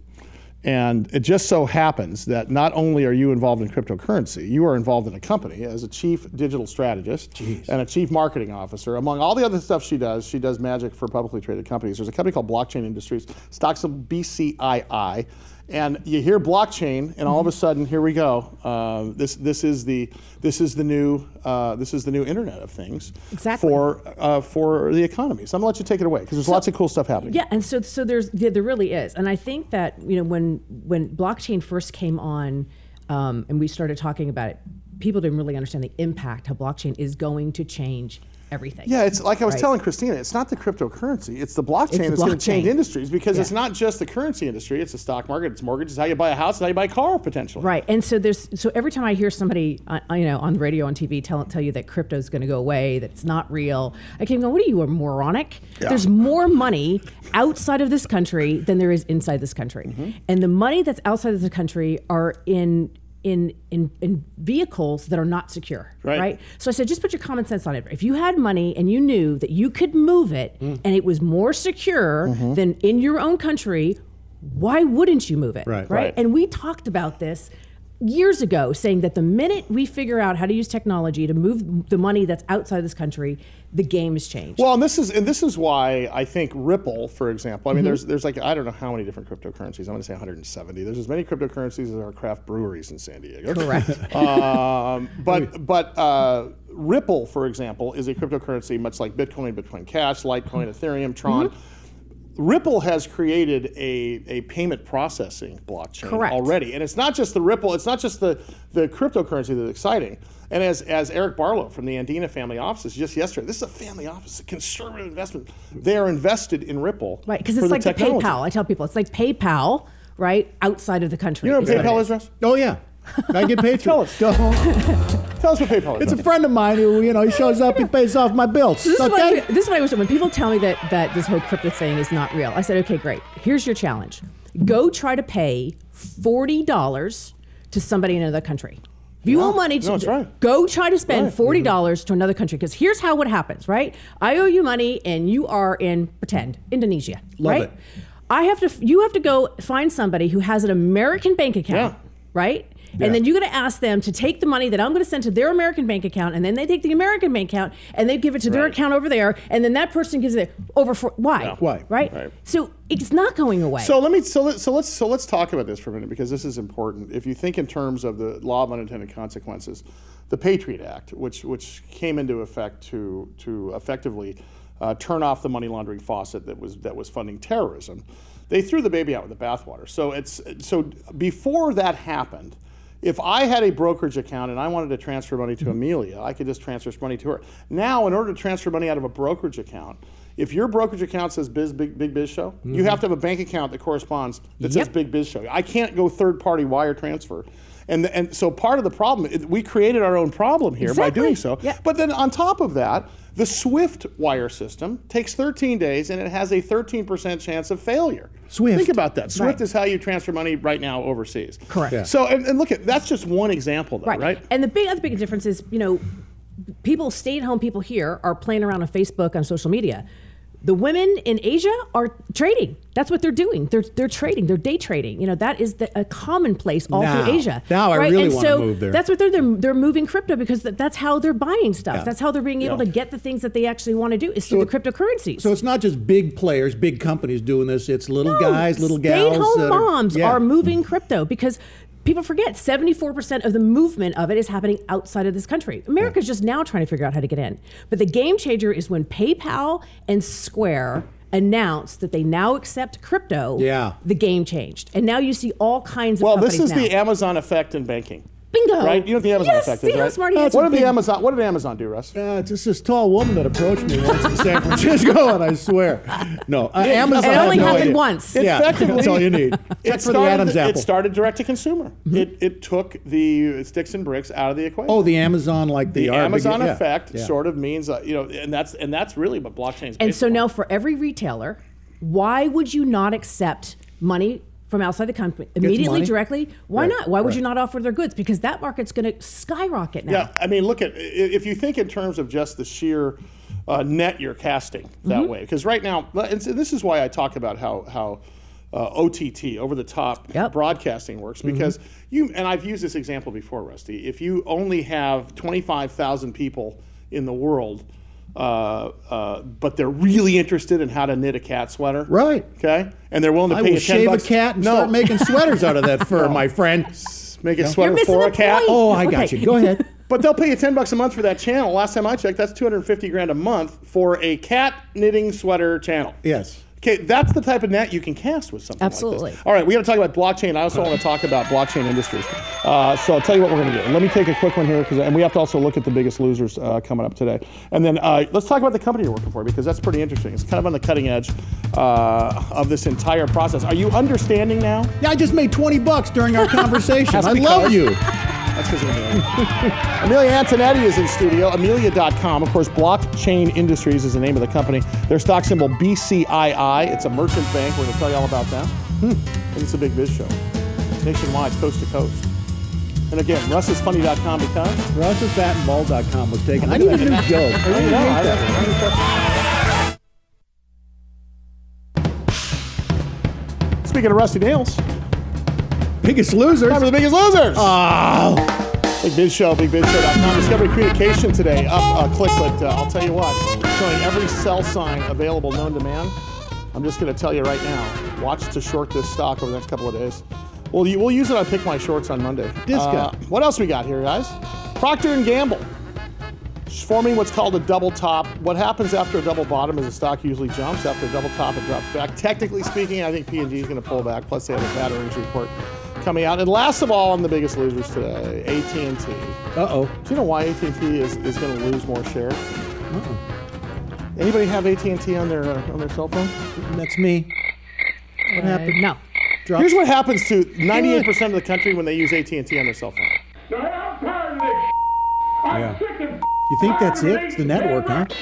S3: And it just so happens that not only are you involved in cryptocurrency, you are involved in a company as a chief digital strategist and a chief marketing officer. Among all the other stuff she does, she does magic for publicly traded companies. There's a company called Blockchain Industries, stocks of BCII. And you hear blockchain, and all of a sudden, here we go. Uh, this this is the this is the new uh, this is the new Internet of Things
S7: Exactly.
S3: for uh, for the economy. So I'm gonna let you take it away because there's lots of cool stuff happening.
S7: Yeah, and so so there's yeah, there really is, and I think that you know when when blockchain first came on, um, and we started talking about it, people didn't really understand the impact how blockchain is going to change everything.
S3: Yeah, it's like I was
S7: Right.
S3: telling Christina, it's not the cryptocurrency, it's the blockchain
S7: It's the
S3: that's going to change
S7: blockchain.
S3: industries because it's
S7: Yeah.
S3: not just the currency industry, it's the stock market, it's mortgages, it's how you buy a house, it's how you buy a car potentially.
S7: Right, and so there's so every time I hear somebody, uh, you know, on the radio, on TV, tell tell you that crypto's going to go away, that it's not real, I keep going, "What are you, a moronic? There's more money outside of this country than there is inside this country,
S3: Mm-hmm.
S7: and the money that's outside of the country are in." In, in in vehicles that are not secure,
S3: Right.
S7: So I said, just put your common sense on it. If you had money and you knew that you could move it
S3: Mm.
S7: and it was more secure
S3: Mm-hmm.
S7: than in your own country, why wouldn't you move it?
S4: Right.
S7: right?
S3: Right.
S7: And we talked about this years ago, saying that the minute we figure out how to use technology to move the money that's outside this country, the game has changed.
S3: Well, and this is and this is why I think Ripple, for example. I mean, there's there's like I don't know how many different cryptocurrencies. I'm going to say 170. There's as many cryptocurrencies as there are craft breweries in San Diego.
S7: Correct.
S3: um, but but uh, Ripple, for example, is a cryptocurrency much like Bitcoin, Bitcoin Cash, Litecoin, Ethereum, Tron. Ripple has created a, a payment processing blockchain
S7: Correct.
S3: already. And it's not just the Ripple, it's not just the, the cryptocurrency that's exciting. And as, as Eric Barlow from the Andina Family Offices just yesterday, this is a family office, a conservative investment. They are invested in Ripple.
S7: right, because
S3: for
S7: it's like the
S3: technology.
S7: PayPal. I tell people it's like PayPal, right, outside of the country.
S3: You know what
S7: what
S3: PayPal
S7: it
S3: is, Russ?
S4: Oh yeah, I get paid
S3: Tell
S4: for
S3: us.
S4: it. Don't-
S3: Tell us what PayPal is.
S4: It's a friend of mine who you know he shows up, he pays off my bills.
S7: So this, is
S4: okay?
S7: what I, this is what I wish. When people tell me that that this whole crypto thing is not real, I said, okay, great. Here's your challenge: go try to pay forty dollars to somebody in another country. If you owe money to
S3: no, that's right.
S7: go try to spend
S3: Right. Mm-hmm.
S7: forty dollars to another country because here's how what happens, right? I owe you money and you are in pretend Indonesia,
S4: Love
S7: right?
S4: it.
S7: I have to. You have to go find somebody who has an American bank account,
S3: Yeah.
S7: right?
S4: Yeah.
S7: And then you're going to ask them to take the money that I'm going to send to their American bank account, and then they take the American bank account and they give it to their
S3: Right.
S7: account over there, and then that person gives it over for why?
S4: Why?
S7: Right?
S3: Right.
S7: So it's not going away.
S3: So let me so let, so let's so let's talk about this for a minute because this is important. If you think in terms of the law of unintended consequences, the Patriot Act, which which came into effect to to effectively uh, turn off the money laundering faucet that was that was funding terrorism, they threw the baby out with the bathwater. So it's so before that happened. If I had a brokerage account and I wanted to transfer money to Amelia, I could just transfer money to her. Now, in order to transfer money out of a brokerage account, if your brokerage account says Biz Big, Big Biz Show, you have to have a bank account that corresponds that says
S7: Mm-hmm. Yep.
S3: Big Biz Show. I can't go third party wire transfer. And, and so part of the problem, is we created our own problem here by
S7: Exactly.
S3: doing so.
S7: Yeah.
S3: But then on top of that, the SWIFT wire system takes 13 days and it has a 13% chance of failure.
S4: SWIFT.
S3: Think about that. SWIFT is how you transfer money right now overseas.
S7: Correct. Yeah.
S3: So, and, and look at that's just one example, though, right?
S7: And the big other big difference is, you know, people stay at home people here are playing around on Facebook on social media. The women in Asia are trading. That's what they're doing. They're they're trading. They're day trading. You know that is the, a commonplace all
S4: Now-
S7: through Asia.
S4: now I
S7: right?
S4: really
S7: and
S4: wanna
S7: so
S4: move there.
S7: That's what they're they're, they're moving crypto because th- that's how they're buying stuff.
S4: Yeah.
S7: That's how they're being able
S3: Yeah.
S7: to get the things that they actually want to do is through the cryptocurrencies.
S4: So it's not just big players, big companies doing this. It's little guys, little gals.
S7: Stay-at-home
S4: that
S7: moms
S4: yeah.
S7: are moving crypto because people forget 74% of the movement of it is happening outside of this country. America's just now trying to figure out how to get in. But the game changer is when PayPal and Square announced that they now accept crypto.
S4: Yeah.
S7: The game changed. And now you see all kinds of
S3: Well, this
S7: companies
S3: is the
S7: now.
S3: Amazon effect in banking.
S7: Bingo.
S3: Right? You know what the Amazon
S7: Yes,
S3: effect
S7: see
S3: is,
S7: how
S3: right?
S7: smart he is
S3: What
S7: with
S3: did the
S7: things.
S3: Amazon what did Amazon do, Russ?
S4: Uh, it's just this tall woman that approached me once in San Francisco, and I swear, no, uh, Amazon.
S7: It
S4: I have
S7: only
S4: no
S7: happened
S4: idea.
S7: once.
S4: Yeah,
S3: Effectively,
S4: that's all you need.
S3: It
S4: Except for the
S3: started-
S4: Adam's apple.
S3: It started direct to consumer.
S7: Mm-hmm.
S3: It, it took the sticks and bricks out of the equation.
S4: oh, the Amazon, like the,
S3: the
S4: our big- E
S3: Amazon
S4: yeah,
S3: effect
S4: yeah.
S3: sort of means uh, you know, and that's and that's really what blockchain's.
S7: And
S3: based
S7: so
S3: on.
S7: now for every retailer, why would you not accept money from outside the company immediately
S4: money.
S7: directly? Why
S4: Right,
S7: not? Why would
S4: right.
S7: you not offer their goods? Because that market's going to skyrocket now.
S3: Yeah, I mean, look at i- if you think in terms of just the sheer uh, net you're casting that
S4: Mm-hmm.
S3: way, because right now, and so this is why I talk about how how. Uh, OTT, over the top
S7: Yep.
S3: broadcasting works
S4: Mm-hmm.
S3: because you and I've used this example before, Rusty. If you only have twenty five thousand people in the world, uh, uh, but they're really interested in how to knit a cat sweater,
S4: Right.
S3: Okay, and they're willing to
S4: I
S3: pay
S4: will
S3: you ten
S4: shave
S3: bucks.
S4: a cat and start making sweaters out of that fur, my friend.
S3: make a sweater
S7: missing
S3: for a
S7: the
S3: cat.
S7: point.
S4: Oh, I got
S7: Okay.
S4: you. Go ahead.
S3: But they'll pay you ten bucks a month for that channel. Last time I checked, that's two hundred and fifty grand a month for a cat knitting sweater channel.
S4: Yes.
S3: Okay, that's the type of net you can cast with something. like this.
S7: Absolutely.
S3: All right, we got to talk about blockchain. I also want to talk about blockchain industries. Uh, so I'll tell you what we're going to do. Let me take a quick one here, 'cause- and we have to also look at the biggest losers uh, coming up today. And then uh, let's talk about the company you're working for because that's pretty interesting. It's kind of on the cutting edge uh, of this entire process. Are you understanding now?
S4: Yeah, I just made twenty bucks during our conversation. I love
S3: because-
S4: you.
S3: That's his name. Amelia Antonetti is in studio. Amelia.com. Of course, Blockchain Industries is the name of the company. Their stock symbol BCII. It's a merchant bank. We're going to tell you all about that. And it's a big biz show. Nationwide, coast to coast. And again, RussIsFunny.com because.
S4: Russellfatandball.com was taken. I need a new joke. I really
S3: No, I
S4: hate that.
S3: don't- Speaking of Rusty Nails,
S4: Biggest losers.
S3: time for the biggest losers. Ah. Big Biz Show, BigBizShow.com. Discovery Communication today. Up, uh, click, but uh, I'll tell you what. Showing every sell sign available known to man. I'm just going to tell you right now. Watch to short this stock over the next couple of days. We'll, u- we'll use it on Pick My Shorts on Monday. Uh,
S4: Disco.
S3: what else we got here, guys? Procter & Gamble. Forming what's called a double top. What happens after a double bottom is the stock usually jumps. After a double top, it drops back. Technically speaking, I think P&G is going to pull back. Plus, they have a bad earnings report coming out. And last of all, on the biggest losers today, AT&T.
S4: Uh oh.
S3: Do you know why AT&T is, is going to lose more share? Hmm. Anybody have AT&T on their uh, on their cell phone?
S4: That's me. What happened?
S7: Uh, No.
S4: Drop.
S3: Here's what happens to 98% of the country when they use AT&T on their cell phone.
S4: Yeah. You think that's it? It's the network, huh? It's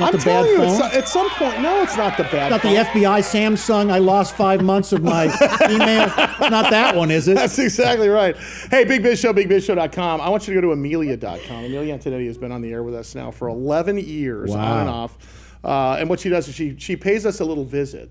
S4: not
S3: I'm
S4: the bad
S3: telling you,
S4: phone.
S3: at so- at some point, no, it's not the bad.
S4: Not the
S3: phone.
S4: FBI, Samsung. I lost five months of my email. It's not that one, is it?
S3: That's exactly right. Hey, Big Biz Show, BigBizShow.com. I want you to go to Amelia.com. Amelia Antonetti has been on the air with us now for 11 years, on
S4: Wow.
S3: and off. Uh, and what she does is she, she pays us a little visit,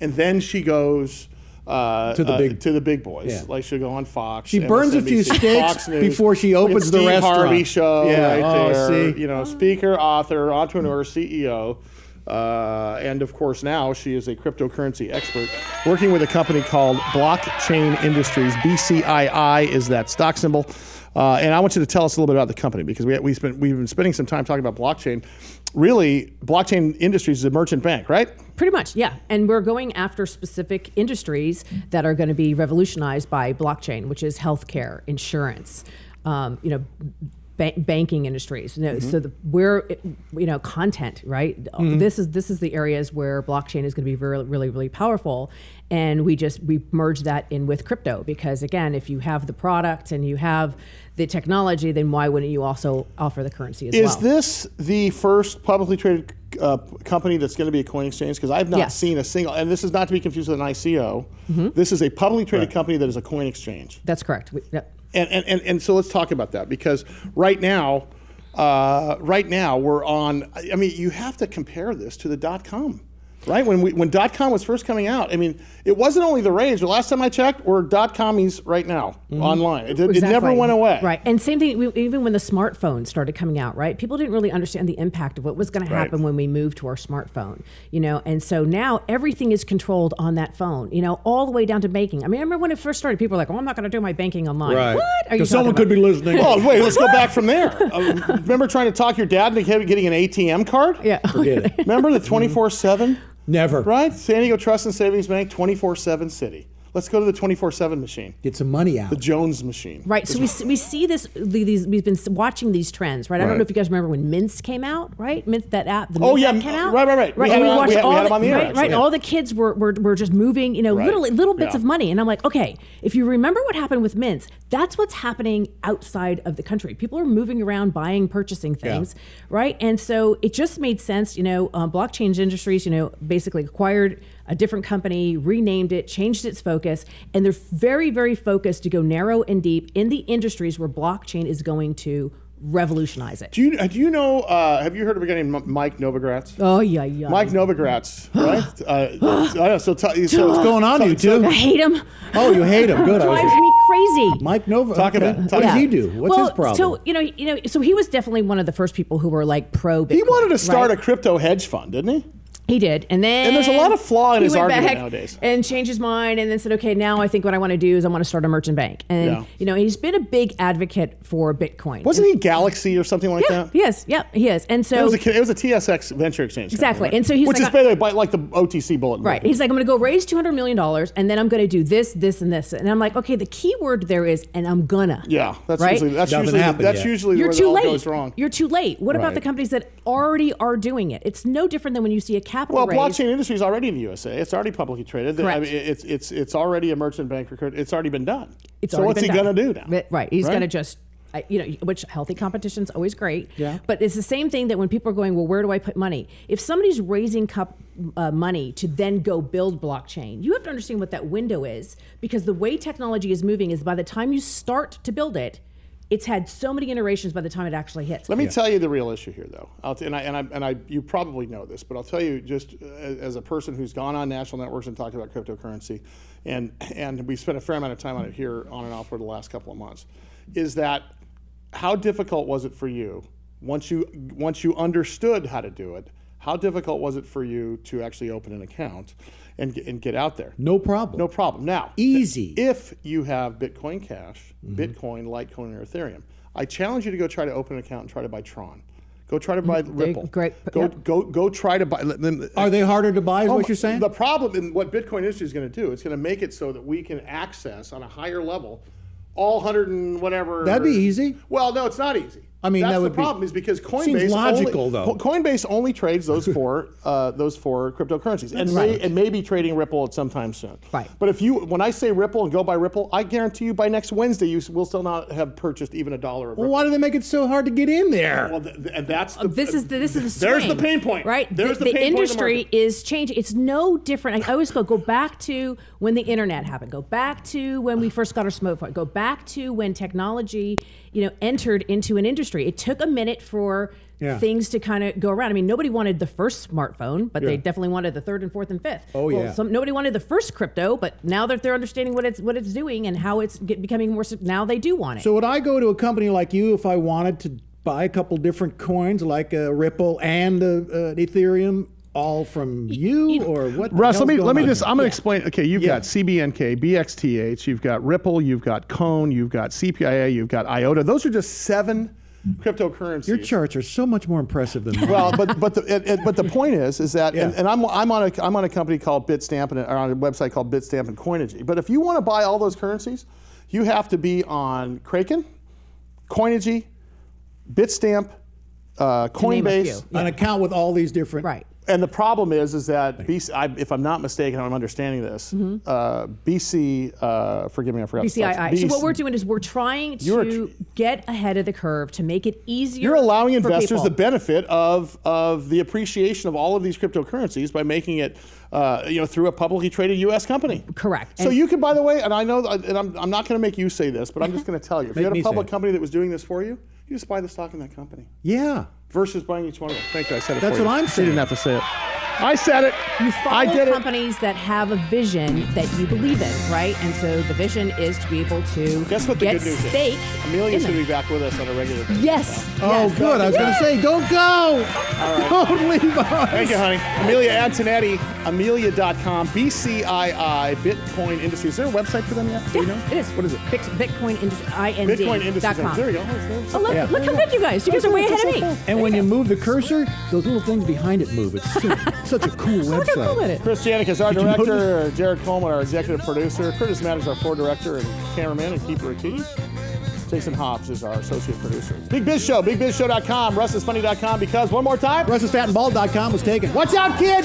S3: and then she goes uh,
S4: To the
S3: uh,
S4: big-
S3: to the big boys.
S4: Yeah.
S3: Like she'll go on Fox.
S4: She burns a few
S3: MSNBC,
S4: steaks
S3: Fox News.
S4: before she
S3: Look at
S4: opens the
S3: Steve
S4: restaurant.
S3: Harvey show
S4: Yeah,
S3: right
S4: oh,
S3: there.
S4: see?
S3: You know, speaker, author, entrepreneur, CEO. Uh, and of course, now she is a cryptocurrency expert working with a company called Blockchain Industries. BCII is that stock symbol. Uh, and I want you to tell us a little bit about the company because we, we spent, we've been spending some time talking about blockchain. Really, Blockchain Industries is a merchant bank, right?
S7: Pretty much, yeah. And we're going after specific industries that are going to be revolutionized by blockchain, which is healthcare, insurance, um, you know, ba- banking industries. You know,
S3: Mm-hmm.
S7: So the, we're, you know, content, right? This is this is the areas where blockchain is going to be really, really, really powerful. And we just we merge that in with crypto because again, if you have the product and you have the technology, then why wouldn't you also offer the currency as
S3: Is
S7: well?
S3: this the first publicly traded uh, company that's going to be a coin exchange? Because I've not
S7: Yes. Mm-hmm.
S3: seen a single, and this is not to be confused with an ICO. This is a publicly traded company that is a coin exchange.
S7: That's correct. We, yep.
S3: And, and, and, and so let's talk about that because right now, uh, right now we're on. I I mean, you have to compare this to the dot com, right? When we when dot com was first coming out, I mean, it wasn't only the rage. The last time I checked, we're dot commies right now online. It, it never
S7: Mm-hmm. Exactly.
S3: went away.
S7: Right. And same thing, we, even when the smartphone started coming out, right? People didn't really understand the impact of what was going to
S3: Right.
S7: happen when we moved to our smartphone, you know? And so now everything is controlled on that phone, you know, all the way down to banking. I mean, I remember when it first started, people were like, oh, I'm not going to do my banking online. What? Are you
S4: Because someone
S7: talking
S4: could be listening.
S3: Well, wait, let's go back from there. Uh, remember trying to talk your dad into get- getting an ATM card?
S7: about?" Yeah. Mm-hmm.
S4: Forget it.
S3: Remember the 24 7?
S4: Never.
S3: Right? San Diego Trust and Savings Bank, 24 7 city. Let's go to the 24 7 machine,
S4: Get some money out.
S3: the Jones machine.
S7: Right. So we, s- we see this. the- These we've been s- watching these trends. Right. I don't know if you guys remember when Mints came out. Right. Mint that app. The
S3: Oh,
S7: Mints
S3: yeah,
S7: app came out.
S3: right, right, right. We
S7: Right.
S3: had it
S7: and we
S3: on- we
S7: watched
S3: had- we
S7: all
S3: had
S7: the,
S3: them on the air,
S7: right.
S3: actually,
S7: right. And
S3: yeah.
S7: all the kids were were, were just moving. You know,
S3: Right.
S7: little little bits
S3: Yeah.
S7: of money. And I'm like, okay, if you remember what happened with Mints, that's what's happening outside of the country. People are moving around, buying, purchasing things. Right. And so it just made sense. You know, um, blockchain industries. You know, basically acquired a different company, renamed it, changed its focus, and they're very, very focused to go narrow and deep in the industries where blockchain is going to revolutionize it.
S3: Do you, uh, do you know, uh, have you heard of a guy named M- Mike Novogratz?
S7: Oh yeah, yeah.
S3: Mike Novogratz, right? Uh, I know, so, t- so
S4: What's going on,
S3: so-
S4: you
S3: so-
S4: two?
S7: I hate him.
S4: Oh, you hate him. Good. I was-
S7: Drives me crazy.
S4: Mike Nova.
S3: Talk
S4: okay.
S3: about- talk-
S4: What does
S3: Yeah.
S4: he do? What's
S7: well,
S4: his problem?
S7: So you know, you know, so he was definitely one of the first people who were like pro. Bitcoin,
S3: He wanted to start
S7: right?
S3: a crypto hedge fund, didn't he?
S7: He did, and then
S3: And there's a lot of flaw in
S7: he
S3: his
S7: went
S3: argument
S7: back
S3: nowadays.
S7: And changed his mind, and then said, "Okay, now I think what I want to do is I want to start a merchant bank." And
S3: Yeah.
S7: you know, he's been a big advocate for Bitcoin.
S3: Wasn't he Galaxy or something like
S7: Yeah,
S3: that?
S7: he is. Yep, he is. And so
S3: It was, a, it was a TSX venture exchange. company,
S7: Exactly.
S3: right?
S7: And so he's
S3: Which
S7: like
S3: is,
S7: a-
S3: by the way, by- like the OTC bulletin.
S7: Right. He's like, I'm going to go raise $200 million and then I'm going to do this, this, and this. And I'm like, okay, the key word there is, and I'm going to.
S3: Yeah, that's
S7: Right?
S3: usually that's
S4: Doesn't
S3: usually
S4: happen
S3: that's
S4: yet.
S3: usually
S7: You're
S3: where it
S7: too
S3: all
S7: late.
S3: goes wrong.
S7: You're too late. What
S4: Right.
S7: about the companies that already are doing it? It's no different than when you see a capital
S3: well,
S7: raise.
S3: blockchain industry is already in the USA. It's already publicly traded. I
S7: Correct.
S3: mean, it's it's it's already a merchant bank. recruit- It's already been done.
S7: It's
S3: so
S7: already
S3: what's
S7: been
S3: he
S7: done.
S3: gonna do now?
S7: But- Right. He's
S3: Right?
S7: going to just, I- you know, which healthy competition's always great.
S3: Yeah.
S7: But it's the same thing that when people are going, well, where do I put money? If somebody's raising cup, uh, money to then go build blockchain, you have to understand what that window is because the way technology is moving is by the time you start to build it, it's had so many iterations by the time it actually hits.
S3: Let me tell you the real issue here, though. I'll t- and I and I and I you probably know this, but I'll tell you just uh, as a person who's gone on national networks and talked about cryptocurrency, and and we spent a fair amount of time on it here on and off for the last couple of months, is that how difficult was it for you once you once you understood how to do it? How difficult was it for you to actually open an account and get, and get out there?
S4: no problem.
S3: No problem. Now,
S4: Easy. Mm-hmm.
S3: If you have Bitcoin Cash, Bitcoin, Litecoin, or Ethereum, I challenge you to go try to open an account and try to buy Tron. Go try to buy
S4: Mm,
S3: Ripple.
S7: great.
S3: Go
S7: Yep.
S3: go go try to buy. let them-
S4: Are they harder to buy? Is
S3: Oh
S4: what
S3: my-
S4: you're saying?
S3: The problem in what Bitcoin industry is going to do, it's going to make it so that we can access on a higher level all hundred and whatever.
S4: That'd be easy.
S3: Well, no, it's not easy.
S4: I mean,
S3: that's
S4: that
S3: the
S4: would be-
S3: problem is because Coinbase
S4: Seems logical,
S3: only,
S4: though.
S3: Co- Coinbase only trades those four uh, those four cryptocurrencies, and may, and maybe trading Ripple at some time soon.
S7: Right.
S3: But if you, when I say Ripple and go buy Ripple, I guarantee you by next Wednesday you s- will still not have purchased even a dollar of
S4: Well,
S3: Ripple.
S4: why do they make it so hard to get in there?
S3: Well, th- th- and that's the,
S7: Uh, this is the, this is the
S3: there's the
S7: swing,
S3: pain point
S7: right
S3: There's the,
S7: the,
S3: pain point in
S7: industry
S3: market.
S7: is changing it's no different i always go go back to when the internet happened go back to when we first got our smartphone go back to when technology you know entered into an industry. It took a minute for
S4: Yeah.
S7: things to kind of go around. I mean, nobody wanted the first smartphone, but they
S4: Yeah.
S7: definitely wanted the third and fourth and fifth.
S4: Oh,
S7: Well,
S4: yeah.
S7: Some, nobody wanted the first crypto, but now that they're understanding what it's what it's doing and how it's get, becoming more, s- now they do want it.
S4: So would I go to a company like you if I wanted to buy a couple different coins, like a Ripple and a, an Ethereum, all from you, or what? the
S3: Russ, let
S4: hell's
S3: me
S4: going
S3: let me
S4: on
S3: just.
S4: here?
S3: I'm gonna explain. Okay, you've
S4: Yeah.
S3: got CBNK, BXTH, you've got Ripple, you've got Cone, you've got CPIA, you've got IOTA. Those are just seven cryptocurrencies.
S4: Your charts are so much more impressive than mine.
S3: well, but but the it, it- but the point is is that and,
S4: Yeah.
S3: and I'm I'm on a I'm on a company called Bitstamp and or on a website called Bitstamp and Coinergy. But if you want to buy all those currencies, you have to be on Kraken, Coinergy, Bitstamp, uh,
S7: name a few.
S3: Coinbase,
S4: an account with all these different
S7: right.
S3: and the problem is, is that BC, I, if I'm not mistaken, I'm understanding this.
S7: Mm-hmm.
S3: Uh, BC, uh, forgive me, I forgot. the sponsor.
S7: BCII. So what
S3: BC
S7: we're doing is we're trying
S3: You're
S7: to
S3: tr-
S7: get ahead of the curve to make it easier.
S3: You're allowing
S7: for
S3: investors the
S7: people.
S3: benefit of of the appreciation of all of these cryptocurrencies by making it, uh, you know, through a publicly traded U.S. company.
S7: Correct.
S3: So
S7: And-
S3: you could, by the way, and I know, that- and I'm, I'm not going to make you say this, but I'm just going to tell you, if you
S4: Make
S3: had
S4: me
S3: a
S4: say
S3: public
S4: it.
S3: company that was doing this for you, you just buy the stock in that company
S4: Yeah.
S3: versus buying each one of them. Thank you, I said it.
S4: That's
S3: for
S4: what
S3: you.
S4: I'm saying.
S3: You didn't have to say it. I said it.
S7: You
S3: I
S7: follow
S3: did it.
S7: companies that have a vision that you believe in, right? And so the vision is to be able to
S3: Guess what the
S7: get
S3: good news
S7: stake.
S3: is?
S7: in
S3: Amelia's going to
S7: them.
S3: be back with us on a regular basis.
S7: Yes.
S4: Oh,
S7: yes.
S4: good. I was going to say, don't go. Don't leave us.
S3: Thank you, honey. Amelia Antonetti, amelia.com, BCII, Bitcoin Industries. Is there a website for them yet? Do you know?
S7: Yeah, it is.
S3: What is it?
S7: Bit- Bitcoin industry.
S3: Bitcoin Industries. There you go. Oh,
S7: Oh, look,
S4: Yeah.
S7: look how good you guys. You guys are way ahead of me.
S4: And when you move the cursor, those little things behind it move. It's so, such a cool
S7: Look how cool at
S4: website.
S7: it.
S3: Chris Janik is our
S4: Did you know
S3: director, Jared Coleman, our executive producer, Curtis Matt is our floor director and cameraman and keeper of keys. Jason Hobbs is our associate producer. Big Biz Show, bigbizshow.com, russisfunny.com, because one more time,
S4: RussisFatandBald.com was taken.
S3: watch out, kid!